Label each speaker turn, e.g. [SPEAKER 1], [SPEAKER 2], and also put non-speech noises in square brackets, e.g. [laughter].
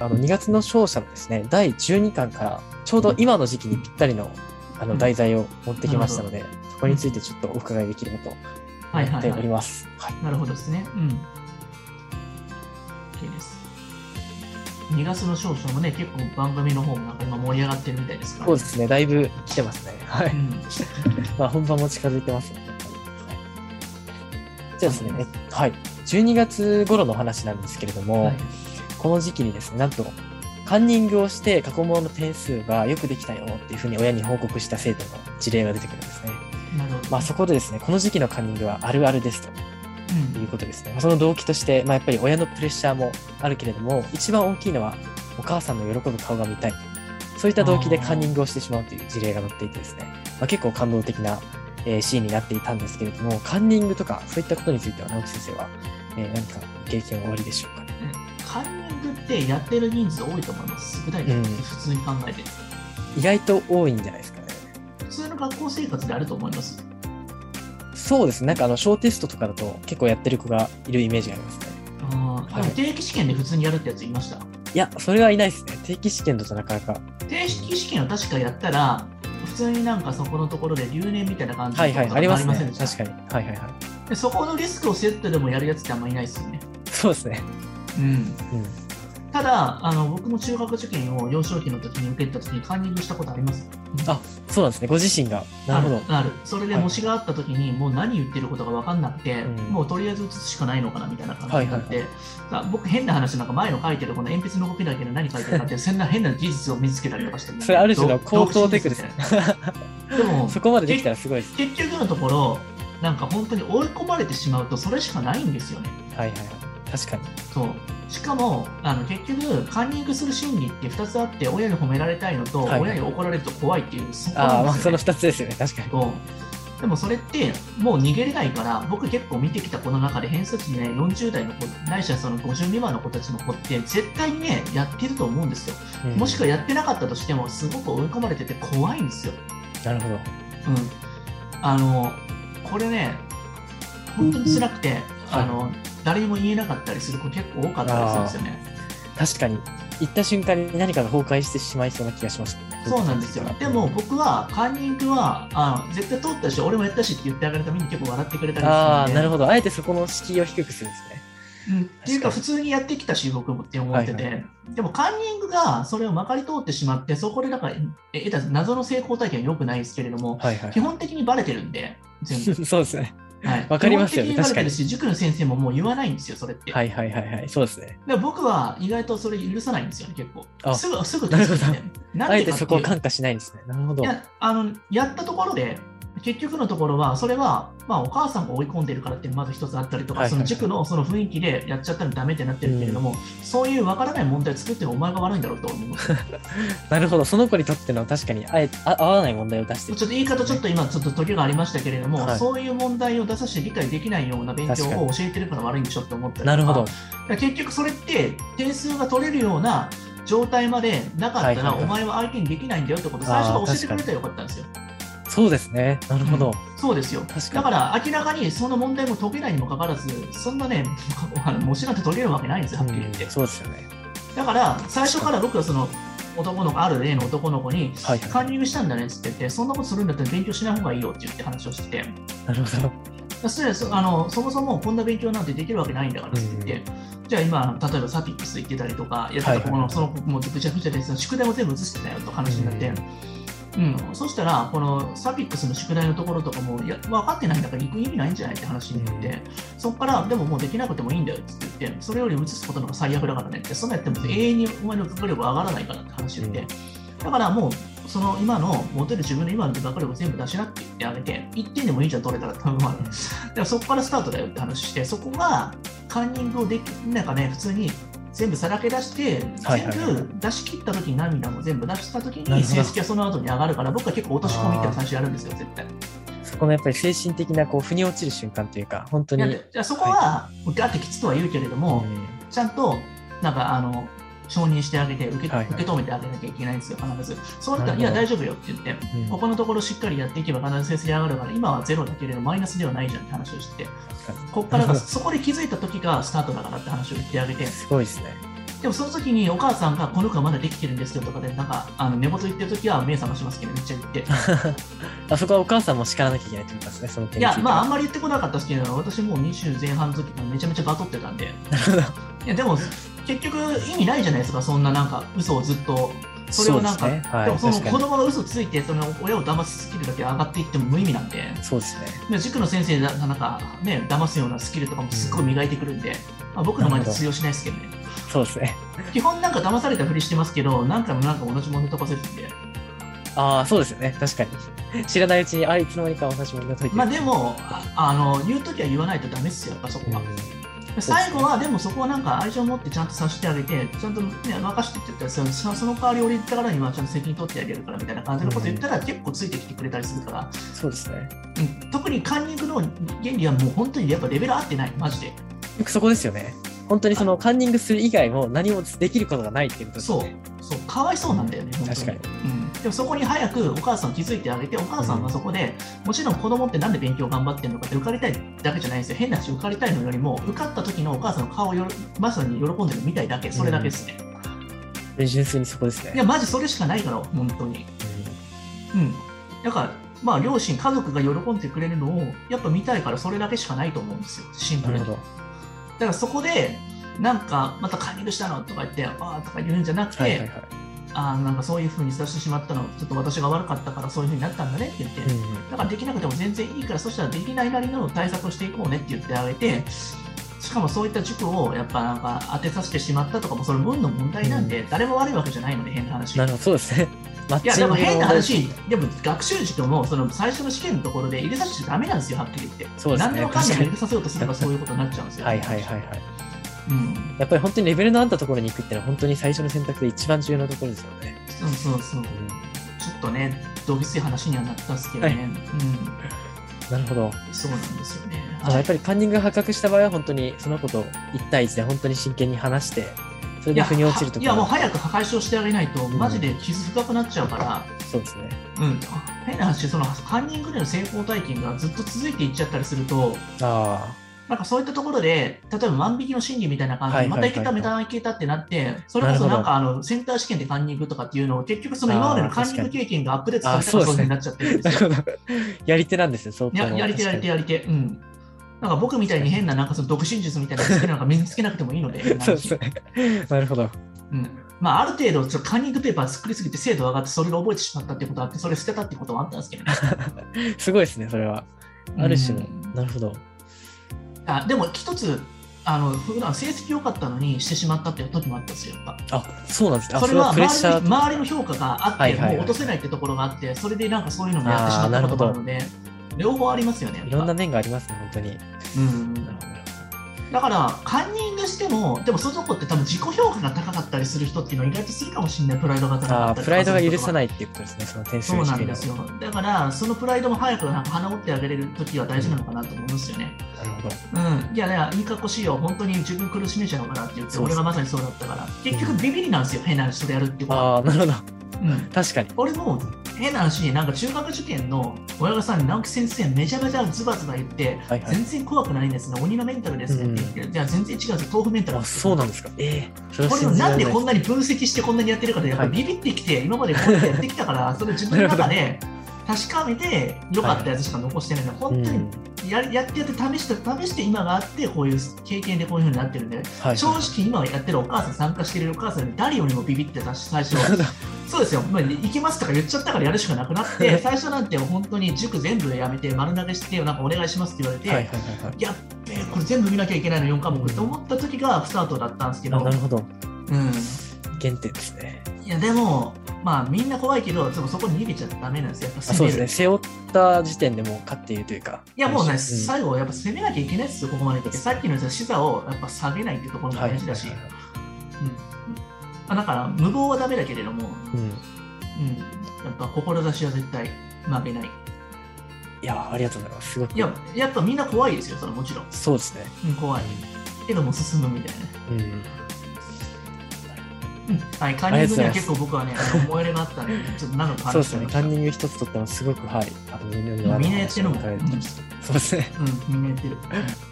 [SPEAKER 1] あの2月の勝者のですね、第12巻から、ちょうど今の時期にぴったりのあ
[SPEAKER 2] う
[SPEAKER 1] の
[SPEAKER 2] ん
[SPEAKER 1] 題材を持ってきましたので、そこについてちょっとお伺いできればと
[SPEAKER 2] はい
[SPEAKER 1] 思っ
[SPEAKER 2] は
[SPEAKER 1] て
[SPEAKER 2] い、
[SPEAKER 1] お
[SPEAKER 2] は
[SPEAKER 1] り
[SPEAKER 2] い。
[SPEAKER 1] ます。はい、
[SPEAKER 2] なるほどですね。うん。OK です。2月の少々もね、結構番組の方もなんか今盛り上がってるみたいですから。
[SPEAKER 1] そうですね、だいぶ来てますね。はい。
[SPEAKER 2] うん
[SPEAKER 1] まあ、本番も近づいてますね。じゃあですね、えはい。12月頃の話なんですけれども、
[SPEAKER 2] はい
[SPEAKER 1] この時期にですね、なんと、カンニングをして過去問の点数がよくできたよっていうふうに親に報告した生徒の事例が出てくるんですね。
[SPEAKER 2] なるほど。
[SPEAKER 1] まあそこでですね、この時期のカンニングはあるあるですと
[SPEAKER 2] う、
[SPEAKER 1] いうんことですね。その動機として、まあやっぱり親のプレッシャーもあるけれども、一番大きいのはお母さんの喜ぶ顔が見たい。そういった動機でカンニングをしてしまうという事例が載っていてですね、まあ、結構感動的な、えーシーンになっていたんですけれども、カンニングとかそういったことについては直木先生は、えー何か経験はおありでしょうかね。
[SPEAKER 2] カンニングってやってる人数多いと思います。具体的に普通に考えて。
[SPEAKER 1] 意外と多いんじゃないですかね。
[SPEAKER 2] 普通の学校生活であると思います。
[SPEAKER 1] そうですね、なんかあの小テストとかだと結構やってる子がいるイメージがありますね。
[SPEAKER 2] あー
[SPEAKER 1] はい
[SPEAKER 2] でも定期試験で普通にやるってやついました。
[SPEAKER 1] いや、それはいないですね。定期試験だとなかなか。
[SPEAKER 2] 定期試験は確かやったら、普通になんかそこのところで留年みたいな感じの
[SPEAKER 1] はいはい、あります
[SPEAKER 2] とこ
[SPEAKER 1] ね。
[SPEAKER 2] ろとかありませんでし
[SPEAKER 1] 確
[SPEAKER 2] た
[SPEAKER 1] かに。はいはいはい。
[SPEAKER 2] でそこのリスクをセットでもやるやつってあんまいないですよね。
[SPEAKER 1] そうですね。
[SPEAKER 2] うん、
[SPEAKER 1] うん。
[SPEAKER 2] ただあの、僕も中学受験を幼少期の時に受けた時にカンニングしたことあります。
[SPEAKER 1] あそうなんですね。ご自身が。なるほど。
[SPEAKER 2] あるあるそれで
[SPEAKER 1] はい
[SPEAKER 2] 模試があった時に、もう何言ってることが分かんなくて、
[SPEAKER 1] うん
[SPEAKER 2] もうとりあえず写すしかないのかなみたいな感じになって、
[SPEAKER 1] は
[SPEAKER 2] あ僕変な話なんか前の書いてるこの鉛筆の動きだけで何書いてるかっ
[SPEAKER 1] [laughs]
[SPEAKER 2] てそんな変な技術を見つけたりとかして
[SPEAKER 1] それある種の
[SPEAKER 2] ど
[SPEAKER 1] 高等テクですね
[SPEAKER 2] 独自技術みたいなでも
[SPEAKER 1] [laughs] そこまでできたらすごいです。
[SPEAKER 2] 結局のところなんか本当に追い込まれてしまうとそれしかないんですよね
[SPEAKER 1] はいはいはい。確かに。
[SPEAKER 2] そうしかもあの結局カンニングする心理って2つあって親に褒められたいのと、
[SPEAKER 1] はい
[SPEAKER 2] 親に怒られると怖いっていうそこ
[SPEAKER 1] ああ、
[SPEAKER 2] なん
[SPEAKER 1] ま
[SPEAKER 2] で
[SPEAKER 1] あ
[SPEAKER 2] す
[SPEAKER 1] そ
[SPEAKER 2] よね
[SPEAKER 1] の2つですよね。確かに。
[SPEAKER 2] そうでもそれってもう逃げれないから僕結構見てきた子の中で偏差値ね40代の子ないしはその50未満の子たちの子って絶対にねやってると思うんですよ
[SPEAKER 1] うん
[SPEAKER 2] もしくはやってなかったとしてもすごく追い込まれてて怖いんですよ、
[SPEAKER 1] なるほど。
[SPEAKER 2] うん、あのこれね本当に辛くて、あの誰にも言えなかったりする子結構多かったりするんですよね
[SPEAKER 1] 確かに。行った瞬間に何かが崩壊してしまいそうな気がしました。
[SPEAKER 2] そうなんですよでも僕はカンニングはあの絶対通ったし俺もやったしって言ってあげるために結構笑ってくれたりするんで
[SPEAKER 1] ああ、なるほど。あえてそこの敷居を低くするんですね。
[SPEAKER 2] うんっていう
[SPEAKER 1] 確か
[SPEAKER 2] か
[SPEAKER 1] に
[SPEAKER 2] 普通にやってきたし僕もって思ってて、
[SPEAKER 1] はいは
[SPEAKER 2] でもカンニングがそれをまかり通ってしまってそこでなんかえ得た謎の成功体験は良くないですけれども
[SPEAKER 1] はいは
[SPEAKER 2] 基本的にバレてるんで全
[SPEAKER 1] [laughs]
[SPEAKER 2] 部、
[SPEAKER 1] い。そうですね。
[SPEAKER 2] はい、
[SPEAKER 1] わかりますよね
[SPEAKER 2] 基本的にバレてるし塾の先生ももう言わないんですよそれって、
[SPEAKER 1] はいはいはいはい。そうですね。
[SPEAKER 2] だから僕は意外とそれ許さないんですよね結構
[SPEAKER 1] あ
[SPEAKER 2] すぐすぐ
[SPEAKER 1] なる
[SPEAKER 2] ね
[SPEAKER 1] あ
[SPEAKER 2] なん
[SPEAKER 1] えて
[SPEAKER 2] でかっ
[SPEAKER 1] そ
[SPEAKER 2] てい
[SPEAKER 1] こを
[SPEAKER 2] う
[SPEAKER 1] 感化しないんですね。なるほど。
[SPEAKER 2] い
[SPEAKER 1] はい
[SPEAKER 2] やあのやったところで結局のところはそれは、まあ、お母さんが追い込んでるからってまず一つあったりとか、
[SPEAKER 1] はいはいはい
[SPEAKER 2] その塾のその雰囲気でやっちゃったらダメってなってるけれども、そういうわからない問題を作ってるお前が悪いんだろうと思
[SPEAKER 1] [laughs]
[SPEAKER 2] うちょっ
[SPEAKER 1] なるほど。その子にとっての確かにあえてあ合わない問題を出して
[SPEAKER 2] と
[SPEAKER 1] る。
[SPEAKER 2] 言い方ちょっと今ちょっと時がありましたけれども、
[SPEAKER 1] はい
[SPEAKER 2] そういう問題を出させて理解できないような勉強
[SPEAKER 1] 確か
[SPEAKER 2] を教えてるから悪いんでしょって思ったりとか
[SPEAKER 1] なるほど。
[SPEAKER 2] だから結局それって点数が取れるような状態までなかっ
[SPEAKER 1] はい
[SPEAKER 2] た
[SPEAKER 1] はい
[SPEAKER 2] ら
[SPEAKER 1] はい
[SPEAKER 2] お前は相手にできないんだよってことを最初から教えてくれたらよかったんですよ。
[SPEAKER 1] そうですね。なるほど。
[SPEAKER 2] そうですよ。
[SPEAKER 1] 確か
[SPEAKER 2] だ
[SPEAKER 1] に。
[SPEAKER 2] から明らかにその問題も解けないにもかかわらず、そんなね、 [laughs] あの模試なんて解けるわけないんですよ、はっきり言って
[SPEAKER 1] うん。そうですよね。
[SPEAKER 2] だから、最初から僕はその男の子、ある例の男の子に、
[SPEAKER 1] はいはい
[SPEAKER 2] カンニングしたんだねって言って、そんなことするんだったら勉強しない方がいいよって言って話をしてて、
[SPEAKER 1] なるほど。
[SPEAKER 2] それそあのそもそもこんな勉強なんてできるわけないんだからって言って、じゃあ今、例えばサピックス行ってたりとか、やってた
[SPEAKER 1] は
[SPEAKER 2] 子
[SPEAKER 1] い
[SPEAKER 2] の、
[SPEAKER 1] はい
[SPEAKER 2] その子もぐちゃぐちゃで、その宿題も全部移してたよと話になって。
[SPEAKER 1] う
[SPEAKER 2] うんんそしたら、このサピックスの宿題のところとかもいや分かってないんだから行く意味ないんじゃないって話になって、
[SPEAKER 1] うん
[SPEAKER 2] そこから、でももうできなくてもいいんだよって言って、それより移すことの方が最悪だからねって、そんなやっても永遠にお前の学力上がらないからって話をして、
[SPEAKER 1] うん
[SPEAKER 2] だからもうその今の持てる自分の今の学力を全部出しなって言ってあげて1点でもいいじゃん
[SPEAKER 1] [laughs]
[SPEAKER 2] 取れたら多分まあだからそこからスタートだよって話してそこがカンニングをできなんかね普通に全部さらけ出して
[SPEAKER 1] はいはい
[SPEAKER 2] 全部出し切った時に涙も全部出した時
[SPEAKER 1] なる
[SPEAKER 2] に
[SPEAKER 1] ほど
[SPEAKER 2] 成績はその後に上がるから僕は結構落とし込みって最初やるんですよ絶対
[SPEAKER 1] そこのやっぱり精神的なこう腑に落ちる瞬間というか、本当
[SPEAKER 2] い
[SPEAKER 1] に。
[SPEAKER 2] や
[SPEAKER 1] うん
[SPEAKER 2] じゃあそこはガッてきつとは言うけれども、ちゃんとなんかあの承認してあげて受け,、
[SPEAKER 1] はいはい
[SPEAKER 2] 受け止めてあげなきゃいけないんですよ、必ず。そうだったら、い
[SPEAKER 1] なる
[SPEAKER 2] や、
[SPEAKER 1] ほど
[SPEAKER 2] 大丈夫よって言って、
[SPEAKER 1] うん
[SPEAKER 2] ここのところしっかりやっていけば必ず成績上がるから、今はゼロだけれどマイナスではないじゃんって話をして、ここから
[SPEAKER 1] な
[SPEAKER 2] が
[SPEAKER 1] るほ [laughs]
[SPEAKER 2] そこで気づいた時がスタートだからって話を言ってあげて
[SPEAKER 1] ど、すごいですね。 [laughs]
[SPEAKER 2] でもその時にお母さんがこの子はまだできてるんですよとかでなんかあの寝言言ってる時は目覚ましますけどめっちゃ言って
[SPEAKER 1] あそこはお母さんも叱らなきゃいけないってことですね、その点
[SPEAKER 2] い
[SPEAKER 1] について
[SPEAKER 2] や
[SPEAKER 1] は
[SPEAKER 2] まああんまり言ってこなかったですけど私もう20前半の時からめちゃめちゃバトってた
[SPEAKER 1] [laughs]
[SPEAKER 2] んでいやでも結局意味ないじゃないですかそんななんか嘘をずっとそれをなん
[SPEAKER 1] そ
[SPEAKER 2] か
[SPEAKER 1] うですね。は
[SPEAKER 2] でも
[SPEAKER 1] い、
[SPEAKER 2] その
[SPEAKER 1] 確か
[SPEAKER 2] 子
[SPEAKER 1] に。
[SPEAKER 2] 供が嘘ついてその親を騙すスキルだけ上がっていっても無意味なんで
[SPEAKER 1] そうですね。
[SPEAKER 2] で塾の先生がなんかね騙すようなスキルとかもすっごい磨いてくるんで、まあ、僕の前で通用しないですけどね
[SPEAKER 1] そうですね。
[SPEAKER 2] 基本なんか騙されたふりしてますけど何回もなんか同じ問題解かせるんで
[SPEAKER 1] ああ、そうですよね。確かに。知らないうちに、あいつの間にか私も問が解いてる
[SPEAKER 2] まあでもああの言う時は言わないとダメっすよやっぱそこは、
[SPEAKER 1] う
[SPEAKER 2] 最後はでもそこはなんか愛情を持ってちゃんとさせてあげてちゃんとね任してって言ったらそのその代わり俺言ったからにはちゃんと責任取ってあげるからみたいな感じのこと言ったら結構ついてきてくれたりするから
[SPEAKER 1] んそうですね。
[SPEAKER 2] うん特にカンニングの原理はもう本当にやっぱレベル合ってない、マジで。
[SPEAKER 1] よくそこですよね。本当にそのカンニングする以外も何もできることがないっていうことです
[SPEAKER 2] そう
[SPEAKER 1] ね。、
[SPEAKER 2] そう、かわいそうなんだよね、本当
[SPEAKER 1] 確かに。
[SPEAKER 2] うん、でもそこに早くお母さん気づいてあげて、お母さんがそこで、もちろん子供ってなんで勉強頑張ってるのかって受かりたいだけじゃないんですよ。変な話、受かりたいのよりも、受かった時のお母さんの顔をよろまさに喜んでるみたいだけ、それだけですね。
[SPEAKER 1] で純粋にそこです
[SPEAKER 2] い
[SPEAKER 1] ね。
[SPEAKER 2] や、マジそれしかないから、本当に。うん。だから、まあ、両親、家族が喜んでくれるのを、やっぱ見たいから、それだけしかないと思うんですよ、シン
[SPEAKER 1] うん
[SPEAKER 2] プ
[SPEAKER 1] な
[SPEAKER 2] ル
[SPEAKER 1] る
[SPEAKER 2] に
[SPEAKER 1] ほ。ど。
[SPEAKER 2] だからそこで、なんか、またカンニングしたのとか言って、ああとか言うんじゃなくて、
[SPEAKER 1] はいはいはい。
[SPEAKER 2] ああ、なんかそういうふうにさせてしまったの、ちょっと私が悪かったからそういうふうになったんだねって言って、
[SPEAKER 1] うんうん
[SPEAKER 2] だからできなくても全然いいから、そしたらできないなりの対策をしていこうねって言ってあげて、しかもそういった塾をやっぱなんか当てさせてしまったとかも、それ運の問題なんで、誰も悪いわけじゃないので、変な話。
[SPEAKER 1] なるほど、そうです
[SPEAKER 2] [laughs]
[SPEAKER 1] ね。マッ
[SPEAKER 2] いや、
[SPEAKER 1] チ
[SPEAKER 2] で
[SPEAKER 1] ング
[SPEAKER 2] も
[SPEAKER 1] の
[SPEAKER 2] 変な話、でも学習塾もその最初の試験のところで入れさせちゃダメなんですよ、はっきり言って。
[SPEAKER 1] そうです
[SPEAKER 2] 何
[SPEAKER 1] ね
[SPEAKER 2] でもかんでも
[SPEAKER 1] 確かに
[SPEAKER 2] 入れさせようとすればそういうことになっちゃうんですよ。
[SPEAKER 1] はいはいはいはい。
[SPEAKER 2] うん
[SPEAKER 1] やっぱり本当にレベルのあったところに行くってのは本当に最初の選択で一番重要なところですよね。
[SPEAKER 2] そうそうそう。
[SPEAKER 1] うん
[SPEAKER 2] ちょっとね、どぎつい話にはなったんですけどね、
[SPEAKER 1] は
[SPEAKER 2] う
[SPEAKER 1] なるほど。
[SPEAKER 2] ん、そうなんですよね。
[SPEAKER 1] あやっ
[SPEAKER 2] い
[SPEAKER 1] ぱりカンニングが発覚した場合は本当にその子と1対1で本当に真剣に話して、それで
[SPEAKER 2] や
[SPEAKER 1] 腑に落ちると
[SPEAKER 2] い
[SPEAKER 1] こ
[SPEAKER 2] や、もう
[SPEAKER 1] ろ
[SPEAKER 2] 早く破壊しをしてあげないと、
[SPEAKER 1] ん
[SPEAKER 2] マジで傷深くなっちゃうから、
[SPEAKER 1] そうですね。
[SPEAKER 2] うん、変な話、そのカンニングでの成功体験がずっと続いていっちゃったりすると、
[SPEAKER 1] あ
[SPEAKER 2] なんかそういったところで、例えば万引きの心理みたいな感じ
[SPEAKER 1] は
[SPEAKER 2] で、
[SPEAKER 1] いは
[SPEAKER 2] ま
[SPEAKER 1] いは
[SPEAKER 2] た
[SPEAKER 1] いい
[SPEAKER 2] けた、またいけたってなって、それこそなんかあのセンター試験でカンニングとかっていうのを、結局その今までのカンニング経験がアップデートされたから
[SPEAKER 1] あー
[SPEAKER 2] そうい
[SPEAKER 1] 確
[SPEAKER 2] うふ
[SPEAKER 1] か
[SPEAKER 2] うに
[SPEAKER 1] に
[SPEAKER 2] な
[SPEAKER 1] あ。
[SPEAKER 2] っちゃってるんで
[SPEAKER 1] [laughs] なるほ
[SPEAKER 2] すよ。
[SPEAKER 1] ど。やり手なんですね、そう
[SPEAKER 2] ややりてやりてやりて、うん。なんか僕みたいに変な、なんかその独身術みたいなスキルなんか身につけなくてもいいので、
[SPEAKER 1] [laughs] そうですね。なるほど。
[SPEAKER 2] うんまあ、ある程度、ちょっとカンニングペーパー作りすぎて精度上がって、それが覚えてしまったってことあって、それ捨てたってこともあったんですけどね。
[SPEAKER 1] すごいですね、それは。ある種の
[SPEAKER 2] うん。
[SPEAKER 1] なるほど。
[SPEAKER 2] あでも、一つ、あの普段成績良かったのにしてしまったっていう時もあったんですよ、やっぱ。
[SPEAKER 1] あそうなんですね。あ
[SPEAKER 2] それは
[SPEAKER 1] プレッシャ
[SPEAKER 2] 周り
[SPEAKER 1] ー。
[SPEAKER 2] 周りの評価があって、
[SPEAKER 1] はいはいはい
[SPEAKER 2] もう落とせないってところがあって、それでなんかそういうのもやってしまったこともあるので、両方ありますよね。やっぱ
[SPEAKER 1] いろんな面がありますね、本当に。
[SPEAKER 2] うん
[SPEAKER 1] なるほど
[SPEAKER 2] だから、カンニングしても、でもその子って多分自己評価が高かったりする人っていうのは意外とするかもしれない、プライドが高か
[SPEAKER 1] あ
[SPEAKER 2] ったりと
[SPEAKER 1] ー
[SPEAKER 2] か
[SPEAKER 1] プライドが許さ
[SPEAKER 2] い
[SPEAKER 1] ないっていうことですね、その点数
[SPEAKER 2] そう
[SPEAKER 1] が
[SPEAKER 2] な
[SPEAKER 1] 低い
[SPEAKER 2] ん
[SPEAKER 1] の
[SPEAKER 2] で
[SPEAKER 1] は
[SPEAKER 2] すよ。だから、そのプライドも早くなんか花折ってあげれる時は大事なのかなと思いますよね。
[SPEAKER 1] なるほど。
[SPEAKER 2] うん。いや、だから、いい格好しいよ。本当に自分苦しめちゃうのかなって言って、
[SPEAKER 1] そうそう
[SPEAKER 2] 俺がまさにそうだったから。結局、ビビりなんですよ。変な話でやるってことは。
[SPEAKER 1] ああ、なるほど。
[SPEAKER 2] うん。
[SPEAKER 1] 確かに。
[SPEAKER 2] 俺も変な話になんか中学受験の親御さんに直樹先生めちゃめちゃズバズバ言って、
[SPEAKER 1] はいはい。
[SPEAKER 2] 全然怖くないんですね。鬼のメンタルですねって言って、じゃあ全然違うんですよ。豆腐メンタル
[SPEAKER 1] あそうなんですか。ええそれ
[SPEAKER 2] こ
[SPEAKER 1] は
[SPEAKER 2] れを
[SPEAKER 1] 信じられ
[SPEAKER 2] なんで
[SPEAKER 1] ない
[SPEAKER 2] こんなに分析してこんなにやってるかで、やっぱりビビってきて、今までこうやってやってき
[SPEAKER 1] [laughs]
[SPEAKER 2] たから、それ自分の中で確かめて、良かったやつしか残してないので、本当
[SPEAKER 1] うん
[SPEAKER 2] にややってやって試して、試して今があって、こういう経験でこういうふうになってるんで、
[SPEAKER 1] はい、
[SPEAKER 2] 正直今やってるお母さん、参加してるお母さんに誰よりもビビってたし、最初
[SPEAKER 1] な [laughs] るほど
[SPEAKER 2] そうですよ、まあ、行きますとか言っちゃったからやるしかなくなって、最初なんて本当に塾全部やめて、丸投げして、なんかお願いしますって言われて、
[SPEAKER 1] はいはいはいはい。
[SPEAKER 2] やっべえ、これ全部見なきゃいけないの、4科目と思った時がスタートだったんですけど
[SPEAKER 1] あ、なるほど。
[SPEAKER 2] うん、
[SPEAKER 1] 原点ですね。
[SPEAKER 2] いやでも、まあみんな怖いけど、でもそこに逃げちゃダメなんですよ、やっぱ
[SPEAKER 1] あそうで
[SPEAKER 2] 攻め
[SPEAKER 1] す
[SPEAKER 2] る。
[SPEAKER 1] ね。背負った時点でもう勝っているというか。
[SPEAKER 2] いやもうね、
[SPEAKER 1] ん
[SPEAKER 2] 最後、やっぱ攻めなきゃいけないですよ、ここまで来て。さっきの視座をやっぱ下げないってところも
[SPEAKER 1] はい
[SPEAKER 2] 大事だし、うん、だから無謀はダメだけれども、
[SPEAKER 1] うん。
[SPEAKER 2] うん、やっぱ志は絶対負けない。
[SPEAKER 1] いや、ありがとうございます。すごく。
[SPEAKER 2] いや、やっぱみんな怖いですよ、それはもちろん。
[SPEAKER 1] そうですね。
[SPEAKER 2] うん、怖い。けども進むみたいなね。
[SPEAKER 1] うん。
[SPEAKER 2] うん、はい、カンニングには結構僕はね、あの思い入れがあったんで、ちょっと長く
[SPEAKER 1] そう
[SPEAKER 2] 話
[SPEAKER 1] で
[SPEAKER 2] して
[SPEAKER 1] す
[SPEAKER 2] み
[SPEAKER 1] ね。カ
[SPEAKER 2] ました。
[SPEAKER 1] ンニング一つとってもすごく、はい。あの、みんな
[SPEAKER 2] みんなやってるもん
[SPEAKER 1] そうですね。
[SPEAKER 2] うん、みんなやってる。うん